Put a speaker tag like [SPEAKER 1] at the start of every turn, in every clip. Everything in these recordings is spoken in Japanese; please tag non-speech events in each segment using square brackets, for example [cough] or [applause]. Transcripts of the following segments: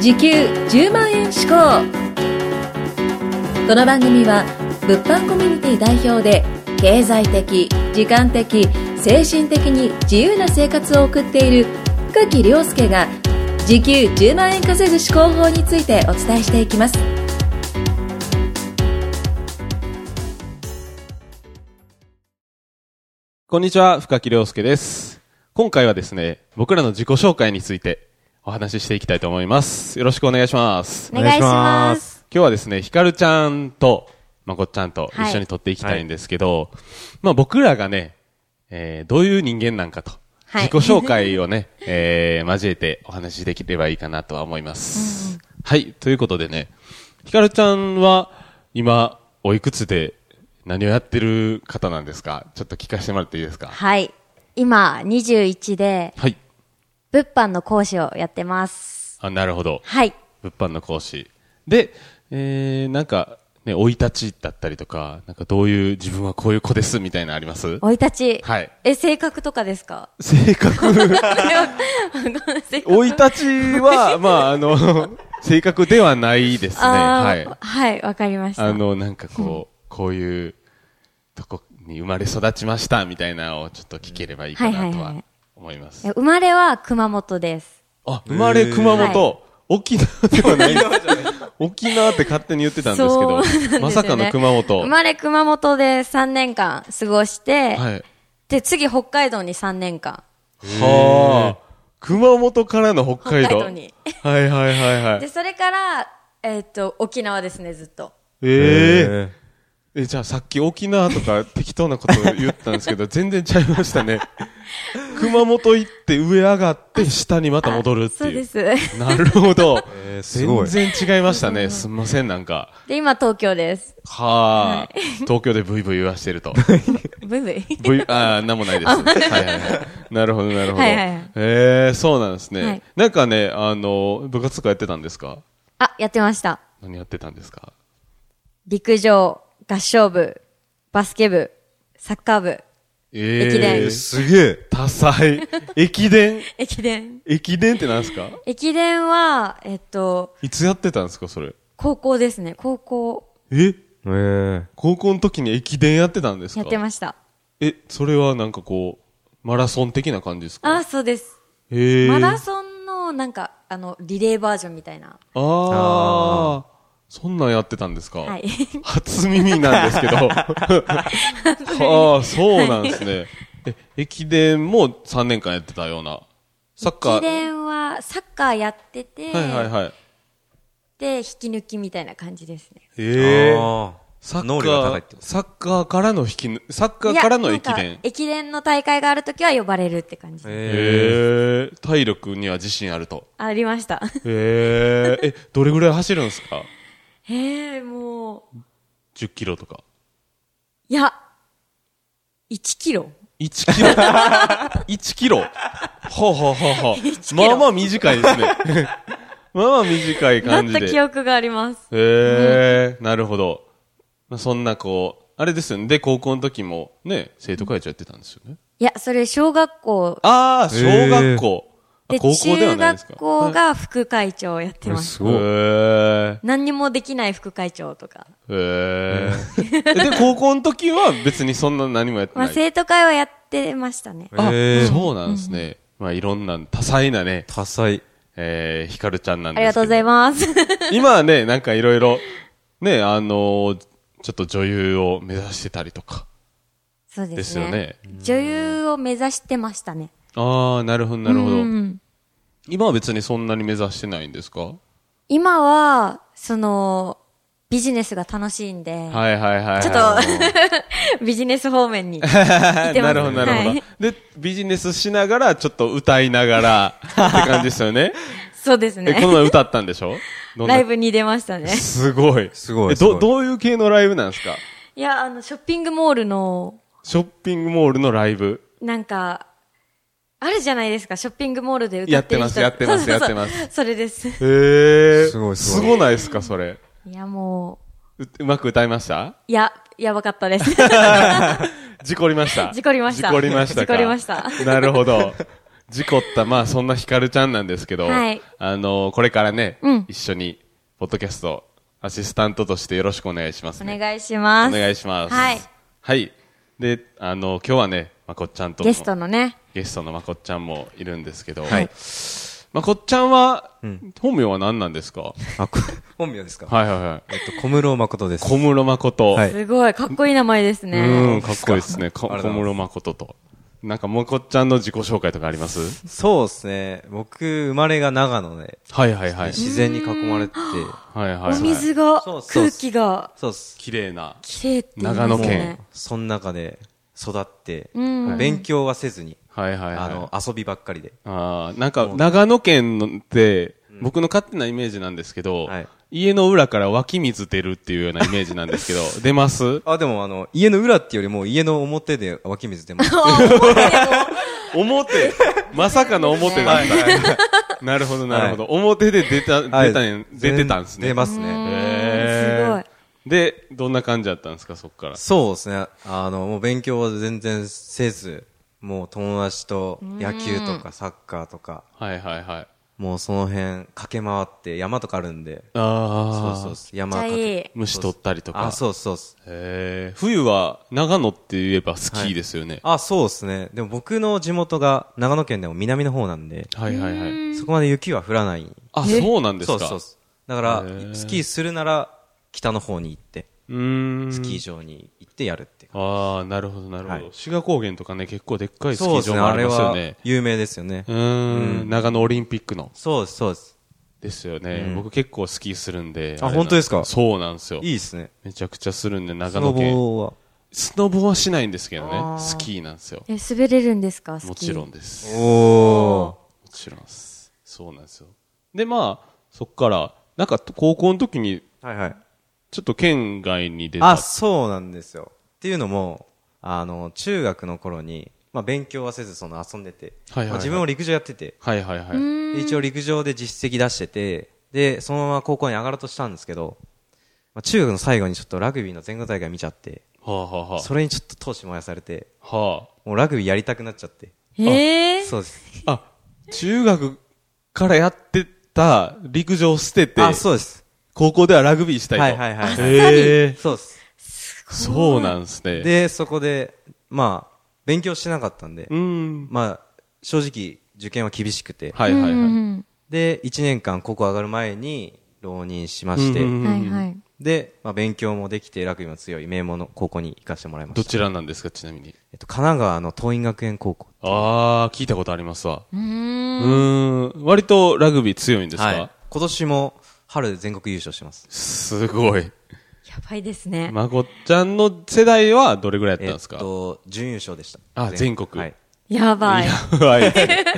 [SPEAKER 1] 時給10万円志向この番組は物販コミュニティ代表で経済的時間的精神的に自由な生活を送っている深木亮介が時給10万円稼ぐ思考法についてお伝えしていきます
[SPEAKER 2] こんにちは、深木亮介です。今回はですね、僕らの自己紹介についてお話ししていきたいと思います。よろしくお願いします。
[SPEAKER 3] お願いします。
[SPEAKER 2] 今日はですね、ひかるちゃんと、まこっちゃんと一緒に撮っていきたいんですけど、まあ僕らがね、えーどういう人間なんかと、
[SPEAKER 3] はい
[SPEAKER 2] 自己紹介をね、 [laughs] えー交えてお話しできればいいかなとは思います。はい、ということでね、ひかるちゃんは今、おいくつで何をやってる方なんですかちょっと聞かせてもらっていいですか
[SPEAKER 3] はい。今、21で、
[SPEAKER 2] はい。
[SPEAKER 3] 物販の講師をやってます。
[SPEAKER 2] あ、なるほど。
[SPEAKER 3] はい。
[SPEAKER 2] 物販の講師。で、えー、なんか、ね、生い立ちだったりとか、なんかどういう、自分はこういう子ですみたいなのあります
[SPEAKER 3] 生い立ち。
[SPEAKER 2] はい
[SPEAKER 3] え、性格とかですか [laughs]
[SPEAKER 2] 性格、 [laughs]
[SPEAKER 3] 性格
[SPEAKER 2] 生い立ちは、まあ、あの、性格ではないですね。は
[SPEAKER 3] あ
[SPEAKER 2] い
[SPEAKER 3] ー。はい。わかりました。
[SPEAKER 2] あの、なんかこう、こういうとこに生まれ育ちましたみたいなのをちょっと聞ければいいかなと
[SPEAKER 3] はいはいは
[SPEAKER 2] はい思います。
[SPEAKER 3] え生まれは熊本です。
[SPEAKER 2] あ、生まれ熊本、
[SPEAKER 3] は
[SPEAKER 2] 沖縄ではない。沖縄って勝手に言ってたんですけ
[SPEAKER 3] そうな
[SPEAKER 2] ど、
[SPEAKER 3] んですよね
[SPEAKER 2] まさかの熊本。
[SPEAKER 3] 生まれ熊本で3年間過ごして、
[SPEAKER 2] はい。
[SPEAKER 3] で、次北海道に3年間。
[SPEAKER 2] はあ。熊本からの北海道。
[SPEAKER 3] 北海道に
[SPEAKER 2] はいはいはいは
[SPEAKER 3] で、
[SPEAKER 2] い。
[SPEAKER 3] それから、えーっと、沖縄ですね、ずっと。
[SPEAKER 2] えええ、じゃあさっき沖縄とか適当なこと言ったんです
[SPEAKER 3] [laughs]
[SPEAKER 2] けど、全然ちゃいましたね。熊本行って上上がって下にまた戻るって
[SPEAKER 3] そう
[SPEAKER 2] い
[SPEAKER 3] で
[SPEAKER 2] う。
[SPEAKER 3] す。
[SPEAKER 2] なるほど。
[SPEAKER 4] えーすご
[SPEAKER 2] 全
[SPEAKER 4] い。
[SPEAKER 2] 然違いましたね。すみません、なんか。
[SPEAKER 3] で、今東京です。
[SPEAKER 2] はあ。東京でブイブイ言わしてる
[SPEAKER 4] [laughs]
[SPEAKER 2] と。
[SPEAKER 3] ブイブイ
[SPEAKER 2] V、ああ、なんもないです。はいはい
[SPEAKER 3] [laughs]
[SPEAKER 2] はい。なるほど、なるほど。
[SPEAKER 3] は
[SPEAKER 2] え
[SPEAKER 3] いはいはい
[SPEAKER 2] えー、そうなんですね。
[SPEAKER 3] はい
[SPEAKER 2] なんかね、あの、部活とかやってたんですか
[SPEAKER 3] あ、やってました。
[SPEAKER 2] 何やってたんですか
[SPEAKER 3] 陸上、合唱部、バスケ部、サッカー部、
[SPEAKER 2] え
[SPEAKER 3] 駅伝
[SPEAKER 4] えーすげえ。
[SPEAKER 2] 多 [laughs] 彩。駅伝
[SPEAKER 3] 駅伝。
[SPEAKER 2] 駅伝ってなんですか
[SPEAKER 3] 駅伝は、えっと、
[SPEAKER 2] いつやってたんですかそれ。
[SPEAKER 3] 高校ですね。高校
[SPEAKER 2] え
[SPEAKER 4] えー
[SPEAKER 2] 高校の時に駅伝やってたんですか
[SPEAKER 3] やって
[SPEAKER 2] す。
[SPEAKER 3] ました。
[SPEAKER 2] え、それはなんかこう、マラソン的な感じですか
[SPEAKER 3] あ、そうです。
[SPEAKER 2] ええ
[SPEAKER 3] マラソンの、なんか、あの、リレーバージョンみたいな。
[SPEAKER 2] ああ。そんなんやってたんですか
[SPEAKER 3] はい。
[SPEAKER 2] 初耳なんですけ
[SPEAKER 3] [laughs]
[SPEAKER 2] ど。 [laughs] はあ、そうなんですね。え、駅伝も3年間やってたような。サッカ
[SPEAKER 3] 駅
[SPEAKER 2] ー。
[SPEAKER 3] 伝は、サッカーやってて、
[SPEAKER 2] はいはいはい。
[SPEAKER 3] で、引き抜きみたいな感じですね。
[SPEAKER 2] ええ
[SPEAKER 4] あ
[SPEAKER 2] サ
[SPEAKER 4] ー
[SPEAKER 2] ッ
[SPEAKER 4] 能
[SPEAKER 2] カ
[SPEAKER 4] 力が高いって
[SPEAKER 2] ー、
[SPEAKER 4] こと
[SPEAKER 2] サッカーからの引きぬ、サッカーからの
[SPEAKER 3] いや
[SPEAKER 2] 駅
[SPEAKER 3] なん
[SPEAKER 2] 伝
[SPEAKER 3] か。駅伝の大会があるときは呼ばれるって感じです。
[SPEAKER 4] え
[SPEAKER 2] ええ体力には自信あると。
[SPEAKER 3] あり
[SPEAKER 2] [laughs]
[SPEAKER 3] ました。
[SPEAKER 2] えええ、どれぐらい走るんですか
[SPEAKER 3] えー、もう、
[SPEAKER 2] ?10 キロとか。
[SPEAKER 3] いや、1キロ
[SPEAKER 2] 1キロ
[SPEAKER 3] [laughs]
[SPEAKER 2] ?1 キロはあ、はあはあはあ、
[SPEAKER 3] 1キ
[SPEAKER 2] ま
[SPEAKER 3] ロ
[SPEAKER 2] あまあ短いですね。
[SPEAKER 3] [laughs]
[SPEAKER 2] まあまあ短い
[SPEAKER 3] だっ
[SPEAKER 2] 感じで。
[SPEAKER 3] た記憶があります。
[SPEAKER 2] へえ、なるほど。まあ、そんなこう、あれですよね。で、高校の時もね、生徒会長やってたんですよね。
[SPEAKER 3] いや、それ小学校
[SPEAKER 2] ああ、小学校。あ
[SPEAKER 3] で、
[SPEAKER 2] 高校では
[SPEAKER 3] 中
[SPEAKER 2] ないですか。
[SPEAKER 3] 学校が副会長をやって
[SPEAKER 4] ー。
[SPEAKER 3] ます。
[SPEAKER 4] すごい。
[SPEAKER 2] へえ。
[SPEAKER 3] 何にもできない副会長とか。
[SPEAKER 2] へえ。で、高校の時は別にそんな何もやって
[SPEAKER 3] ま
[SPEAKER 2] な
[SPEAKER 3] あ、
[SPEAKER 2] い。
[SPEAKER 3] 生徒会はやってましたね。
[SPEAKER 2] あ、
[SPEAKER 4] えー
[SPEAKER 2] そうなんですね。まあ、いろんな多彩なね、
[SPEAKER 4] 多彩。
[SPEAKER 2] えー、ひかるちゃんなん
[SPEAKER 3] あ
[SPEAKER 2] ですけど。
[SPEAKER 3] りがとうございます。
[SPEAKER 2] す。今はね、なんかいろいろ、ね、あのーちょっと女優を目指してたりとか。
[SPEAKER 3] そうで
[SPEAKER 2] ですすよね
[SPEAKER 3] ね。女優を目指してましたね。
[SPEAKER 2] ああ、なるほど、なるほ
[SPEAKER 3] う
[SPEAKER 2] ど。
[SPEAKER 3] ん
[SPEAKER 2] 今は別にそんなに目指してないんですか
[SPEAKER 3] 今は、その、ビジネスが楽しいんで、
[SPEAKER 2] はいはいはいはい。
[SPEAKER 3] ちょっと [laughs] ビジネス方面に
[SPEAKER 2] [laughs]
[SPEAKER 3] 行ってます。
[SPEAKER 2] なるほど、なるほど、
[SPEAKER 3] はい
[SPEAKER 2] で、ビジネスしながら、ちょっと歌いながら、って感じですよね。
[SPEAKER 3] そうです
[SPEAKER 2] え、この
[SPEAKER 3] [laughs] ね。
[SPEAKER 2] 前歌ったんでしょどんな
[SPEAKER 3] ライブに出まし
[SPEAKER 2] [laughs]
[SPEAKER 3] たね。
[SPEAKER 2] すごい。
[SPEAKER 4] すごい
[SPEAKER 2] え
[SPEAKER 4] す
[SPEAKER 2] ど、
[SPEAKER 4] ごい
[SPEAKER 2] どういう系のライブなんですか
[SPEAKER 3] いや、あの、ショッピングモールの
[SPEAKER 2] ショッピングモールのライブ。
[SPEAKER 3] なんか、あるじゃないですか、ショッピングモールで歌
[SPEAKER 2] やっ
[SPEAKER 3] って
[SPEAKER 2] て
[SPEAKER 3] る
[SPEAKER 2] ま
[SPEAKER 3] 人
[SPEAKER 2] すやってます
[SPEAKER 3] そうそうそう
[SPEAKER 2] やってま
[SPEAKER 3] それです。
[SPEAKER 2] へー
[SPEAKER 4] すごいす
[SPEAKER 2] す
[SPEAKER 4] ごい
[SPEAKER 2] ごないですか、それ。
[SPEAKER 3] いや、も
[SPEAKER 2] ううまく歌いました
[SPEAKER 3] う、いや、やばかったです。
[SPEAKER 2] 事故りました。
[SPEAKER 3] 事故りました
[SPEAKER 2] 事故りましたか。
[SPEAKER 3] 事故りました
[SPEAKER 2] なるほど。事故った、まあそんなひかるちゃんなんですけど、
[SPEAKER 3] はい
[SPEAKER 2] あの、これからね、
[SPEAKER 3] うん
[SPEAKER 2] 一緒に、ポッドキャスト、アシスタントとしてよろしくお願いします、
[SPEAKER 3] [laughs] お
[SPEAKER 2] ね。
[SPEAKER 3] 願いします。
[SPEAKER 2] お願いします。
[SPEAKER 3] はい。。
[SPEAKER 2] はい。で、あの、今日はね、まこっちゃんとも
[SPEAKER 3] ゲストのね、
[SPEAKER 2] ゲストのまこっちゃんもいるんですけど、
[SPEAKER 4] はい
[SPEAKER 2] まこっちゃんは、本名は何なんですか
[SPEAKER 4] あ、こ本名ですか
[SPEAKER 2] はいはいはい。
[SPEAKER 4] えっと、小室誠です。
[SPEAKER 2] 小室誠。
[SPEAKER 4] はい
[SPEAKER 3] すごい、かっこいい名前です
[SPEAKER 2] う
[SPEAKER 3] ね。
[SPEAKER 2] ん、かっこいいですね。か
[SPEAKER 4] あ
[SPEAKER 2] 小
[SPEAKER 4] りがとうございます
[SPEAKER 2] 室誠と。なんか、まこっちゃんの自己紹介とかあります
[SPEAKER 4] そうですね。僕、生まれが長野で、
[SPEAKER 2] はいはいはい。
[SPEAKER 4] 自然に囲まれてて、
[SPEAKER 2] はいはい、は
[SPEAKER 3] お
[SPEAKER 2] い。
[SPEAKER 3] 水が
[SPEAKER 4] そう、そう
[SPEAKER 3] 空気が、
[SPEAKER 4] そうっす。
[SPEAKER 2] 綺麗な。
[SPEAKER 3] 綺麗って言いますね。
[SPEAKER 2] 長野
[SPEAKER 4] もう
[SPEAKER 2] 県
[SPEAKER 4] その中で育って、
[SPEAKER 3] うん
[SPEAKER 4] 勉強はせずに、
[SPEAKER 2] はいはいはい。
[SPEAKER 4] あの、遊びばっかりで。
[SPEAKER 2] あーなんか、長野県のって、僕の勝手なイメージなんですけど、
[SPEAKER 4] はい
[SPEAKER 2] 家の裏から湧き水出るっていうようなイメージなんですけど、 [laughs] 出ます
[SPEAKER 4] あ、でもあの、家の裏っていうよりも、家の表で湧き水
[SPEAKER 2] [laughs]
[SPEAKER 4] 出ます。は
[SPEAKER 2] 表まさかの表だった。なるほどなるほど。表で出た、
[SPEAKER 4] い
[SPEAKER 2] 出たん、出てたんですね。
[SPEAKER 4] 出ますね。
[SPEAKER 2] へー
[SPEAKER 3] うんす
[SPEAKER 2] で、どんな感じだったんですか、そっから。
[SPEAKER 4] そうですね。あの、もう勉強は全然せず、もう友達と野球とかサッカーとか、
[SPEAKER 2] はいはいはい。
[SPEAKER 4] もうその辺駆け回って山とかあるんで、
[SPEAKER 2] あ
[SPEAKER 4] そ
[SPEAKER 2] あ。
[SPEAKER 4] うそうそう。山かけ
[SPEAKER 3] めっちゃいい
[SPEAKER 2] 虫取ったりとか。
[SPEAKER 4] あ、そうそうそう。
[SPEAKER 2] へー冬は、長野って言えばスキーですよね。
[SPEAKER 4] あ、そうですね。でも僕の地元が長野県でも南の方なんで、
[SPEAKER 2] はい、はいはい。
[SPEAKER 4] そこまで雪は降らない。
[SPEAKER 2] あ、そうなんです
[SPEAKER 4] そ
[SPEAKER 2] か。
[SPEAKER 4] うそう
[SPEAKER 2] う
[SPEAKER 4] そう。だか
[SPEAKER 2] へー
[SPEAKER 4] ら、スキーするなら北の方に行って、
[SPEAKER 2] ーん。
[SPEAKER 4] スキー場に行ってやるっていう。
[SPEAKER 2] ああ、なるほど、なるほど
[SPEAKER 4] は。い
[SPEAKER 2] 志賀高原とかね、結構でっかいスキ
[SPEAKER 4] そう
[SPEAKER 2] ー
[SPEAKER 4] です
[SPEAKER 2] 場
[SPEAKER 4] ね。
[SPEAKER 2] もあ
[SPEAKER 4] あ
[SPEAKER 2] り
[SPEAKER 4] れ
[SPEAKER 2] ますよ
[SPEAKER 4] は
[SPEAKER 2] ね。
[SPEAKER 4] 有名ですよね
[SPEAKER 2] う。ーん、長野オリンピックの。
[SPEAKER 4] そうです、そうです。
[SPEAKER 2] ですよね。僕結構スキーするんで。れ
[SPEAKER 4] あ
[SPEAKER 2] なん
[SPEAKER 4] 本当ですか
[SPEAKER 2] そうなんですよ。
[SPEAKER 4] いいですね。
[SPEAKER 2] めちゃくちゃするんで、
[SPEAKER 4] ス
[SPEAKER 2] 長
[SPEAKER 4] ノ
[SPEAKER 2] 野県。
[SPEAKER 4] ボは。
[SPEAKER 2] スノボはしないんですけどね。スキーなんですよ。
[SPEAKER 3] ごい。え、滑れるんですかスキー
[SPEAKER 2] もちろん。です。も
[SPEAKER 4] お
[SPEAKER 2] ちろんです。そうなんですよ。で、まあ、そっから、なんか高校の時に、
[SPEAKER 4] ー。はいはい。
[SPEAKER 2] ちょっと県外に出た。
[SPEAKER 4] あ、そうなんですよ。っていうのも、あの、中学の頃に、まあ勉強はせずその遊んでて、
[SPEAKER 2] はいはいはい
[SPEAKER 4] まあ自分も陸上やってて、
[SPEAKER 2] はいはいはい。
[SPEAKER 4] で一応陸上で実績出してて、で、そのまま高校に上がろうとしたんですけど、まあ、中学の最後にちょっとラグビーの全国大会見ちゃって、
[SPEAKER 2] はあはあは
[SPEAKER 4] それにちょっと闘志燃やされて、
[SPEAKER 2] あ。は
[SPEAKER 4] もうラグビーやりたくなっちゃって。
[SPEAKER 3] えー
[SPEAKER 4] そうです。
[SPEAKER 2] あ。あ、中学からやってた陸上を捨てて、
[SPEAKER 4] あ、そうです。
[SPEAKER 2] 高校ではラグビーしたいと。
[SPEAKER 4] はいはいはいはい。
[SPEAKER 2] へえ。
[SPEAKER 4] そうです。
[SPEAKER 2] そうなんですね。
[SPEAKER 4] で、そこで、まあ、勉強してなかったんで、
[SPEAKER 2] うん。
[SPEAKER 4] まあ、正直、受験は厳しくて、
[SPEAKER 2] はいはいはい。
[SPEAKER 3] うん
[SPEAKER 4] で、1年間高校上がる前に浪人しまして、
[SPEAKER 2] うんうんう
[SPEAKER 3] うんんはいはい。
[SPEAKER 4] で、まあ、勉強もできて、ラグビーも強い名門の高校に行かせてもらいま
[SPEAKER 2] ど
[SPEAKER 4] した。
[SPEAKER 2] ちらなんですか、ちなみに。
[SPEAKER 4] えっと、神奈川の桐蔭学園高校。
[SPEAKER 2] あー、聞いたことありますわ。
[SPEAKER 3] う
[SPEAKER 2] うんーん。割とラグビー強いんですか、
[SPEAKER 4] はい、今年も春全国優勝してます。
[SPEAKER 2] すごい。
[SPEAKER 3] やばいですね。
[SPEAKER 2] まこっちゃんの世代はどれぐらいやったんですか、
[SPEAKER 4] えっと、準優勝でした。
[SPEAKER 2] あ全国
[SPEAKER 4] はい。
[SPEAKER 3] やばい。
[SPEAKER 2] はい。 [laughs]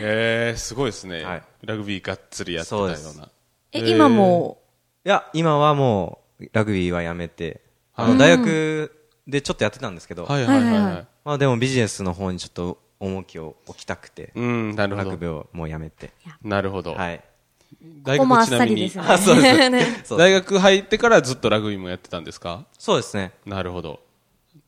[SPEAKER 2] えー、すごいですね、
[SPEAKER 4] はい
[SPEAKER 2] ラグビーがっつりやってたよう
[SPEAKER 4] そう
[SPEAKER 2] な。
[SPEAKER 3] え、今も
[SPEAKER 4] いや、今はもう、ラグビーはやめて、あ
[SPEAKER 2] は
[SPEAKER 4] の、
[SPEAKER 2] い
[SPEAKER 4] 大学でちょっとやってたんですけど、
[SPEAKER 2] はいはいはい、
[SPEAKER 3] はい
[SPEAKER 2] は
[SPEAKER 3] はいいはい
[SPEAKER 4] まあでもビジネスの方にちょっと重きを置きたくて、
[SPEAKER 2] うん、なる
[SPEAKER 4] ラ
[SPEAKER 2] ほど。
[SPEAKER 4] グビーをもうやめて。
[SPEAKER 2] なるほど。
[SPEAKER 4] はい。
[SPEAKER 2] 大
[SPEAKER 3] ここも
[SPEAKER 2] 学
[SPEAKER 3] あっ
[SPEAKER 2] ちな
[SPEAKER 3] さ
[SPEAKER 2] み
[SPEAKER 3] り
[SPEAKER 2] に、
[SPEAKER 3] ですね。
[SPEAKER 4] あそうです
[SPEAKER 3] ね
[SPEAKER 4] そう
[SPEAKER 2] 大学入ってからずっとラグビーもやってたんですか
[SPEAKER 4] そうですね。
[SPEAKER 2] なるほど。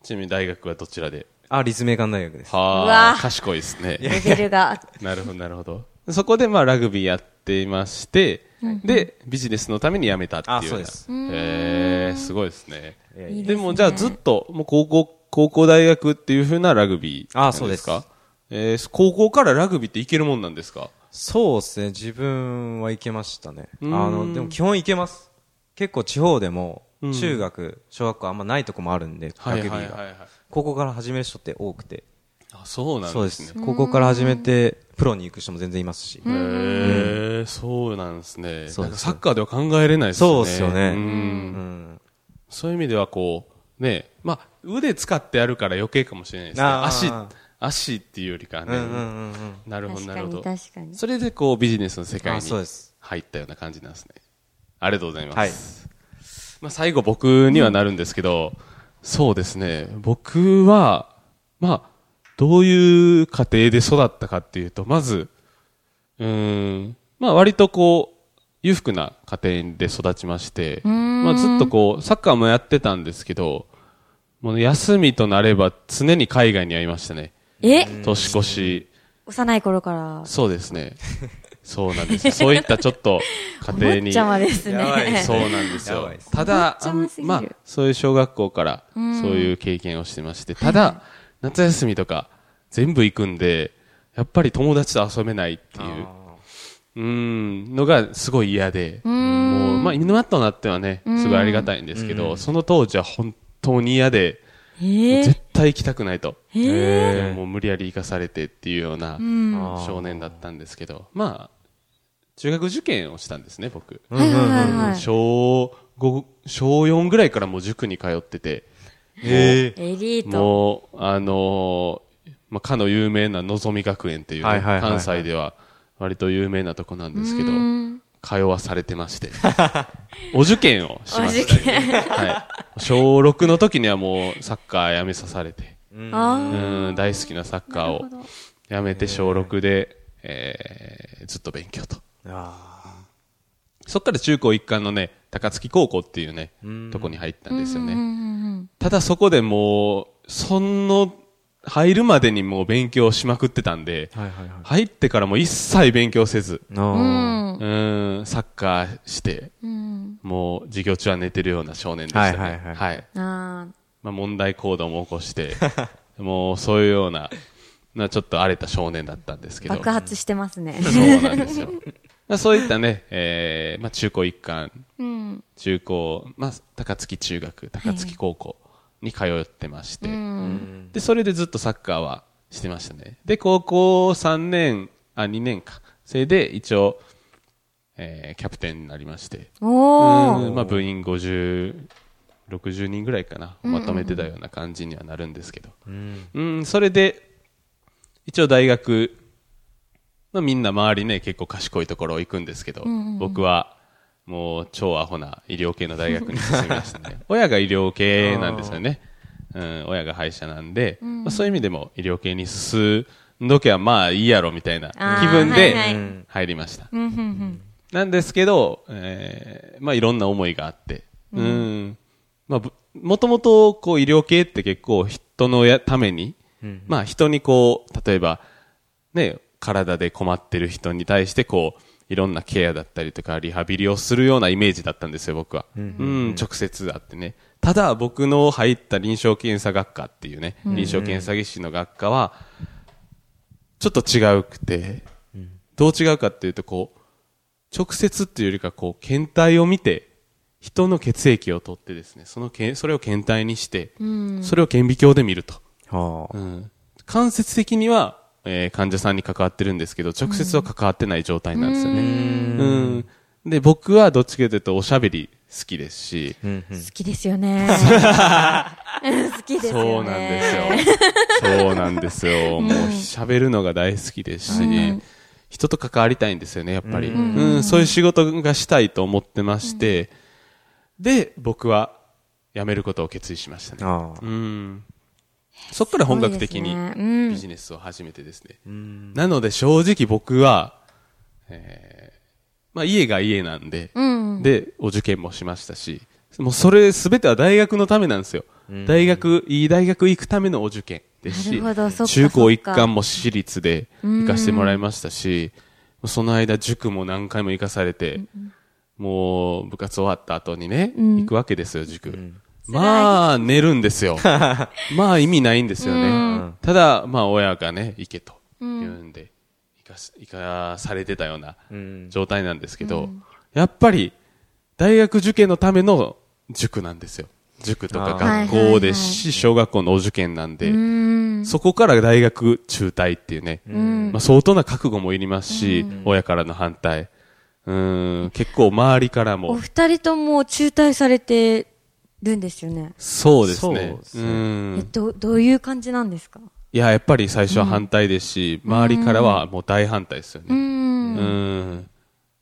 [SPEAKER 2] ちなみに大学はどちらで
[SPEAKER 4] あ、立命館大学です。
[SPEAKER 3] うわ
[SPEAKER 2] はあ、
[SPEAKER 3] ー
[SPEAKER 2] 賢いですね。
[SPEAKER 3] [laughs] レベルが。
[SPEAKER 4] [laughs]
[SPEAKER 2] なるほど、なるほど。そこで、まあ、ラグビーやっていまして、で、ビジネスのために辞めたっていうような。
[SPEAKER 4] あそうです
[SPEAKER 2] へえ、すごいですね。
[SPEAKER 4] いやい
[SPEAKER 3] いいです
[SPEAKER 2] で
[SPEAKER 3] ね
[SPEAKER 2] も、じゃあ、ずっと、もう、高校、高校大学っていうふうなラグビー。
[SPEAKER 4] あそうです
[SPEAKER 2] か。えー高校からラグビーっていけるもんなんですか
[SPEAKER 4] そうですね。自分はいけましたね。あ
[SPEAKER 2] うん
[SPEAKER 4] の、でも基本いけます。結構地方でも
[SPEAKER 2] うん、
[SPEAKER 4] 中学、小学校あんまないとこもあるんで、ラグビーが。
[SPEAKER 2] い。
[SPEAKER 4] 高校から始める人って多くて。
[SPEAKER 2] あ、そうなん
[SPEAKER 4] そう
[SPEAKER 2] で
[SPEAKER 4] です
[SPEAKER 2] ね。
[SPEAKER 4] す。高校から始めて、プロに行く人も全然いますし。
[SPEAKER 2] へえ、そうなんですね。
[SPEAKER 4] そ
[SPEAKER 2] な
[SPEAKER 4] うです
[SPEAKER 2] んかサッカーでは考えれないです
[SPEAKER 4] そ
[SPEAKER 2] よね。
[SPEAKER 4] うですよね。
[SPEAKER 2] う
[SPEAKER 4] うんん。
[SPEAKER 2] そういう意味ではこう、ね、まあ、腕使ってやるから余計かもしれないですね。
[SPEAKER 4] あー
[SPEAKER 2] 足、足っていうよりかは
[SPEAKER 4] うんう
[SPEAKER 2] ね。
[SPEAKER 4] んうんうん。
[SPEAKER 2] [laughs] なるほど、
[SPEAKER 3] 確
[SPEAKER 2] な
[SPEAKER 3] か
[SPEAKER 2] るほど。
[SPEAKER 3] に確かに。
[SPEAKER 2] それでこうビジネスの世界
[SPEAKER 4] あ
[SPEAKER 2] に
[SPEAKER 4] そうです
[SPEAKER 2] 入ったような感じなんですね。ありがとうございます。まあ最後僕にはなるんですけど、そうですね、僕は、まあ、どういう家庭で育ったかっていうと、まず、うーん、まあ割とこう、裕福な家庭で育ちまして、まあずっとこう、サッカーもやってたんですけど、もう休みとなれば常に海外にありましたね。
[SPEAKER 3] え
[SPEAKER 2] 年越し、
[SPEAKER 3] 幼い頃から、
[SPEAKER 2] そうですね。そうなんです。そういったちょっと家庭
[SPEAKER 3] お坊
[SPEAKER 2] に。
[SPEAKER 3] ちゃまです
[SPEAKER 4] やばい
[SPEAKER 3] ね。
[SPEAKER 4] です
[SPEAKER 2] そうなんです
[SPEAKER 4] や
[SPEAKER 2] よ
[SPEAKER 4] ばいです。ね
[SPEAKER 2] ただ、
[SPEAKER 3] お
[SPEAKER 2] あ
[SPEAKER 3] 坊
[SPEAKER 2] ん
[SPEAKER 3] ちゃ
[SPEAKER 2] ま
[SPEAKER 3] ま
[SPEAKER 2] あ
[SPEAKER 3] すぎる、
[SPEAKER 2] そういう小学校から、そう
[SPEAKER 3] うん
[SPEAKER 2] いう経験をしてまして、ただ、夏休みとか、全部行くんで、やっぱり友達と遊べないっていう、うーん、のがすごい嫌で、もう、まあ、今となってはね、すごいありがたいんですけ
[SPEAKER 4] う
[SPEAKER 2] ど、
[SPEAKER 4] ん
[SPEAKER 2] その当時は本当に嫌で、
[SPEAKER 3] えー
[SPEAKER 2] 絶対行きたくないと。
[SPEAKER 4] へ
[SPEAKER 2] でもう無理やり行かされてっていうような
[SPEAKER 3] うん
[SPEAKER 4] あー
[SPEAKER 2] 少年だったんですけど、まあ、中学受験をしたんですね、僕。
[SPEAKER 3] はいはいはいはい。
[SPEAKER 2] 小5、小4ぐらいからもう塾に通ってて、
[SPEAKER 4] え
[SPEAKER 3] エリート。
[SPEAKER 2] もう、あのーまあ、かの有名なのぞみ学園っていうね、
[SPEAKER 4] はいはいはいはい
[SPEAKER 2] 関西では割と有名なとこなんですけど、
[SPEAKER 3] うん
[SPEAKER 2] 通わされてま
[SPEAKER 4] [laughs]
[SPEAKER 2] して、お受験をしましたね、はい。小6の時にはもうサッカーやめさされて、
[SPEAKER 4] うん
[SPEAKER 2] う
[SPEAKER 3] あ
[SPEAKER 2] ん、大好きなサッカーをやめて小6で、えーずっと勉強と。
[SPEAKER 4] あ
[SPEAKER 2] そっから中高一貫のね、高槻高校っていうね
[SPEAKER 4] う、ん
[SPEAKER 2] とこに入ったんですよ
[SPEAKER 3] あ。うんう
[SPEAKER 2] ね。
[SPEAKER 3] ん
[SPEAKER 2] ただそこでもう、その、入るまでにもう勉強しまくってたんで
[SPEAKER 4] ー、はいはいはい
[SPEAKER 2] 入ってからも一切勉強せず、
[SPEAKER 4] あ
[SPEAKER 3] う
[SPEAKER 4] ー。
[SPEAKER 3] ん。
[SPEAKER 2] うん、サッカーして、
[SPEAKER 3] うん。
[SPEAKER 2] もう授業中は寝てるような少年でしたね。
[SPEAKER 4] はいはいはい
[SPEAKER 3] あー
[SPEAKER 2] まあ問題行動も起こして、 [laughs] もうそういうような、なちょっと荒れた少年だったんですけど。
[SPEAKER 3] 爆発してますね。
[SPEAKER 2] そうなんですよ。 [laughs] まあそういったね、えーまあ中高一貫
[SPEAKER 3] うん。
[SPEAKER 2] 中高、まあ、高槻中学、高槻高校に通ってまして、
[SPEAKER 4] うん
[SPEAKER 2] で、それでずっとサッカーはしてましたね。で、高校3年、あ、2年か。それで、一応、えーキャプテンになりまして、
[SPEAKER 3] お
[SPEAKER 2] うん
[SPEAKER 3] ー。
[SPEAKER 2] まあ、部員50、60人ぐらいかな、まとめてたような感じにはなるんですけど。
[SPEAKER 4] うん
[SPEAKER 2] うん、それで、一応大学、まあみんな周りね、結構賢いところ行くんですけど、僕は、もう超アホな医療系の大学に進みました
[SPEAKER 3] [laughs]
[SPEAKER 2] ね。親が医療系なんですよね。うん、親が歯医者なんで、まあそういう意味でも医療系に進んどけばまあいいやろみたいな
[SPEAKER 3] あー
[SPEAKER 2] 気分で
[SPEAKER 3] はいはい
[SPEAKER 2] 入りました。
[SPEAKER 3] うんうんうん。
[SPEAKER 2] なんですけど、えーまあいろんな思いがあって、うん、まあぶ、もともとこう医療系って結構人のやために、
[SPEAKER 4] うん
[SPEAKER 2] まあ人にこう、例えば、ね、体で困ってる人に対してこう、いろんなケアだったりとかリハビリをするようなイメージだったんですよ、僕は。うん、直接あってね。ただ僕の入った臨床検査学科っていうね、臨床検査技師の学科は、ちょっと違うくて、どう違うかっていうと、こう、直接っていうよりか、こう、検体を見て、人の血液を取ってですね、そのけん、それを検体にして、それを顕微鏡で見ると。
[SPEAKER 4] はあ
[SPEAKER 2] うん間接的には、えー患者さんに関わってるんですけど、直接は関わってない状態なんですよね。うんで、僕はどっちかというとおしゃべり好きですし、
[SPEAKER 4] うんうん
[SPEAKER 3] 好きです
[SPEAKER 2] [laughs]
[SPEAKER 3] よね。うん好きです
[SPEAKER 2] そ
[SPEAKER 3] よね。
[SPEAKER 2] うなんですよ。そうなんですよ。もう喋るのが大好きですし、人と関わりたいんですよね、やっぱり。うん、そういう仕事がしたいと思ってまして、で、僕は辞めることを決意しましたね。
[SPEAKER 4] あー
[SPEAKER 2] うん。そっから本格的
[SPEAKER 3] す
[SPEAKER 2] に
[SPEAKER 3] ごいですねうん
[SPEAKER 2] ビジネスを始めてですね。なので正直僕は、えーまあ家が家なんで、
[SPEAKER 3] うん。
[SPEAKER 2] で、お受験もしましたし、もうそれすべては大学のためなんですよ。大学、いい大学行くためのお受験です
[SPEAKER 3] な
[SPEAKER 2] し
[SPEAKER 3] るほどそっか、
[SPEAKER 2] 中高一
[SPEAKER 3] そっか
[SPEAKER 2] 貫も私立で行かせてもらいましたし、その間塾も何回も行かされて、もう部活終わった後にね、行くわけですよ、塾。まあ、寝るんですよ。まあ、意味ないんですよね。ただ、まあ、親がね、行けと言うんで、行かす行かされてたような
[SPEAKER 4] うん
[SPEAKER 2] 状態なんですけど、やっぱり大学受験のための塾なんですよ。塾とか
[SPEAKER 4] あ
[SPEAKER 3] ー
[SPEAKER 2] 学校ですし、小学校のお受験なんで、そこから大学中退っていうね、まあ、相当な覚悟もいりますし、親からの反対、うん、結構周りから
[SPEAKER 3] お
[SPEAKER 2] も、
[SPEAKER 3] 二人とも中退されてるんですよね。
[SPEAKER 2] そうです
[SPEAKER 4] そ
[SPEAKER 2] ね
[SPEAKER 4] うで。す
[SPEAKER 2] う
[SPEAKER 4] ね
[SPEAKER 3] え、
[SPEAKER 2] ん。
[SPEAKER 3] ど、どういう感じなんですか
[SPEAKER 2] いや、やっぱり最初は反対ですし、周りからはもう大反対ですよね。
[SPEAKER 3] うん。
[SPEAKER 2] うん。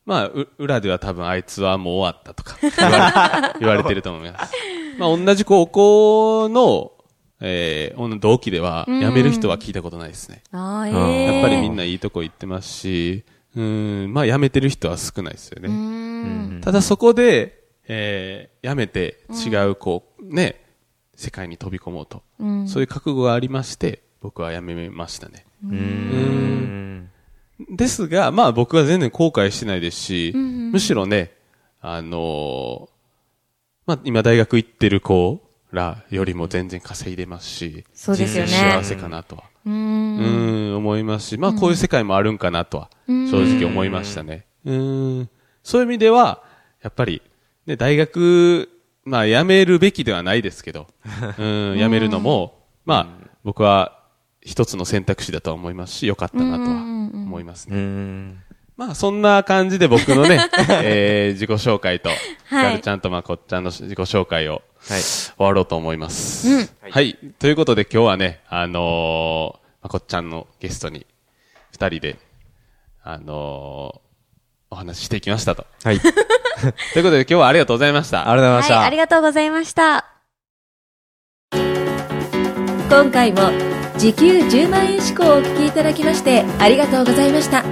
[SPEAKER 2] まあ、う裏では多分あいつはもう終わったとか言われ言わ [laughs] れてると思います。まあ、同じ高校の、えー、同期では辞める人は聞いたことないですね。
[SPEAKER 3] ああ、え
[SPEAKER 4] うん
[SPEAKER 3] え
[SPEAKER 2] やっぱりみんないいとこ行ってますし、うん、まあ辞めてる人は少ないですよ
[SPEAKER 3] う
[SPEAKER 2] ね。
[SPEAKER 3] ん。
[SPEAKER 2] ただそこで、えー、辞めて違うこう、ね、世界に飛び込もうと、
[SPEAKER 3] うん
[SPEAKER 2] そういう覚悟がありまして、僕は辞めましたね。
[SPEAKER 4] うーん。
[SPEAKER 2] ですが、まあ僕は全然後悔してないですし、
[SPEAKER 3] んうん
[SPEAKER 2] むしろね、あのーまあ今大学行ってる子らよりも全然稼いでますし、
[SPEAKER 3] そうですよね
[SPEAKER 2] 人生幸せかなとは、
[SPEAKER 3] う。
[SPEAKER 2] うんん、思いますし、まあこういう世界もあるんかなとは、正直思いましたね。うん、そういう意味では、やっぱり、ね、大学、まあ辞めるべきではないですけど、うん、辞めるのも、まあ僕は一つの選択肢だとは思いますし、良かったなとは思いますね
[SPEAKER 4] う。ん。
[SPEAKER 2] まあ、そんな感じで僕の [laughs] ね、えー、自己紹介と、
[SPEAKER 3] はい
[SPEAKER 2] ガルちゃんとまこっちゃんの自己紹介を
[SPEAKER 4] はい。
[SPEAKER 2] 終わろうと思います。はい。ということで今日はね、あのーまこっちゃんのゲストに、二人で、あのーお話ししていきま [laughs] したと。
[SPEAKER 4] はい。ありがとう
[SPEAKER 2] ということで今日はありがとうございました。
[SPEAKER 4] ございまし
[SPEAKER 3] はい、
[SPEAKER 4] た
[SPEAKER 3] あり。がとうございました。
[SPEAKER 1] 今回も時給10万円志向をお聞きいただきましてありがとうございました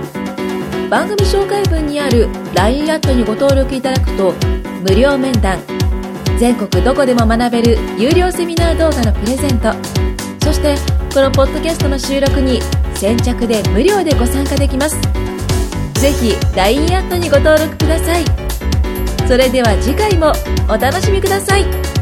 [SPEAKER 1] 番組紹介文にある LINE アットにご登録いただくと無料面談全国どこでも学べる有料セミナー動画のプレゼントそしてこのポッドキャストの収録に先着で無料でご参加できますぜひ LINE アットにご登録くださいそれでは次回もお楽しみください